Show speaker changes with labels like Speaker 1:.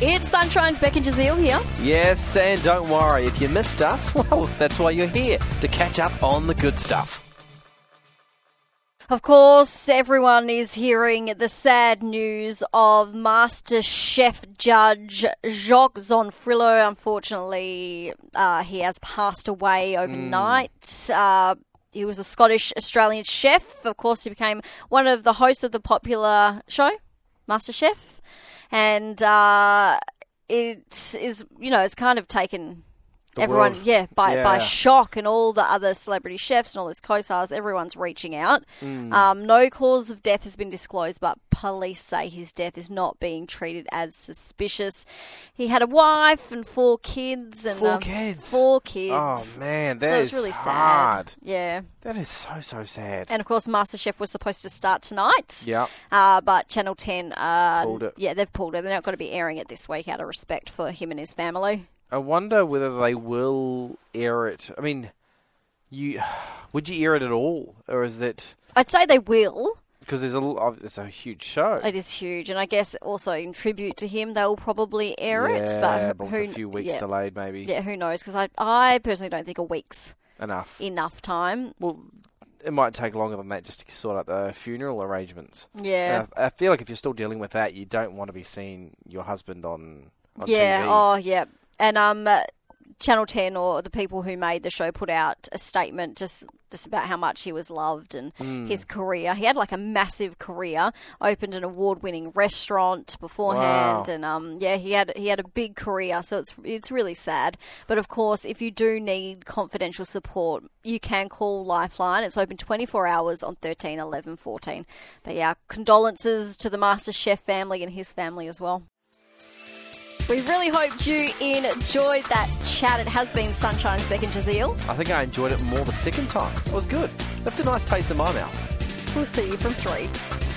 Speaker 1: It's Sunshine's Becky Jazeel here.
Speaker 2: Yes, and don't worry, if you missed us, well, that's why you're here, to catch up on the good stuff.
Speaker 1: Of course, everyone is hearing the sad news of Master Chef Judge Jacques Zonfrillo. Unfortunately, uh, he has passed away overnight.
Speaker 2: Hmm.
Speaker 1: Uh, he was a Scottish Australian chef. Of course, he became one of the hosts of the popular show, Master Chef, and uh, it is you know it's kind of taken everyone,
Speaker 2: world.
Speaker 1: yeah, by by
Speaker 2: Yeah.
Speaker 1: shock and all the other celebrity chefs and all his co-stars, everyone's reaching out.
Speaker 2: Hmm.
Speaker 1: Um, no cause of death has been disclosed, but police say his death is not being treated as suspicious. He had a wife and four kids, and
Speaker 2: Four
Speaker 1: um,
Speaker 2: kids?
Speaker 1: four kids.
Speaker 2: Oh, man,
Speaker 1: so
Speaker 2: that
Speaker 1: it's
Speaker 2: is
Speaker 1: really
Speaker 2: hard.
Speaker 1: sad. Yeah,
Speaker 2: That is so, so sad.
Speaker 1: and of course, MasterChef was supposed to start tonight.
Speaker 2: Yep.
Speaker 1: Uh, but Channel Ten, uh,
Speaker 2: Pulled it.
Speaker 1: yeah, they've pulled it. They're not going to be airing it this week out of respect for him and his family.
Speaker 2: I wonder whether they will air it. I mean, you would you air it at all, or is it
Speaker 1: I'd say they will.
Speaker 2: because there's a l- ob- it's a huge show?
Speaker 1: It is huge, and I guess also in tribute to him, they'll probably air it.
Speaker 2: yeah,
Speaker 1: But,
Speaker 2: but
Speaker 1: who,
Speaker 2: with a few weeks
Speaker 1: yeah,
Speaker 2: delayed, maybe
Speaker 1: yeah, who knows? Because I, I personally don't think a week's
Speaker 2: enough.
Speaker 1: enough time.
Speaker 2: well, it might take longer than that just to sort out the funeral arrangements.
Speaker 1: Yeah,
Speaker 2: And I, I feel like if you're still dealing with that, you don't want to be seeing your husband on, on
Speaker 1: yeah,
Speaker 2: TV.
Speaker 1: oh yeah, and um, uh, Channel Ten or the people who made the show put out a statement just just about how much he was loved and
Speaker 2: Hmm.
Speaker 1: his career. He had like a massive career, opened an award-winning restaurant beforehand,
Speaker 2: Wow.
Speaker 1: and um, yeah, he had he had a big career. So it's it's really sad. But of course, if you do need confidential support, you can call Lifeline. It's open 24 hours on 13, 11, 14. But yeah, condolences to the Master Chef family and his family as well. We really hoped you enjoyed that chat. It has been Sunshine's Beck and Jazeel.
Speaker 2: I think I enjoyed it more the second time. It was good. Left a nice taste in my mouth.
Speaker 1: We'll see you from three.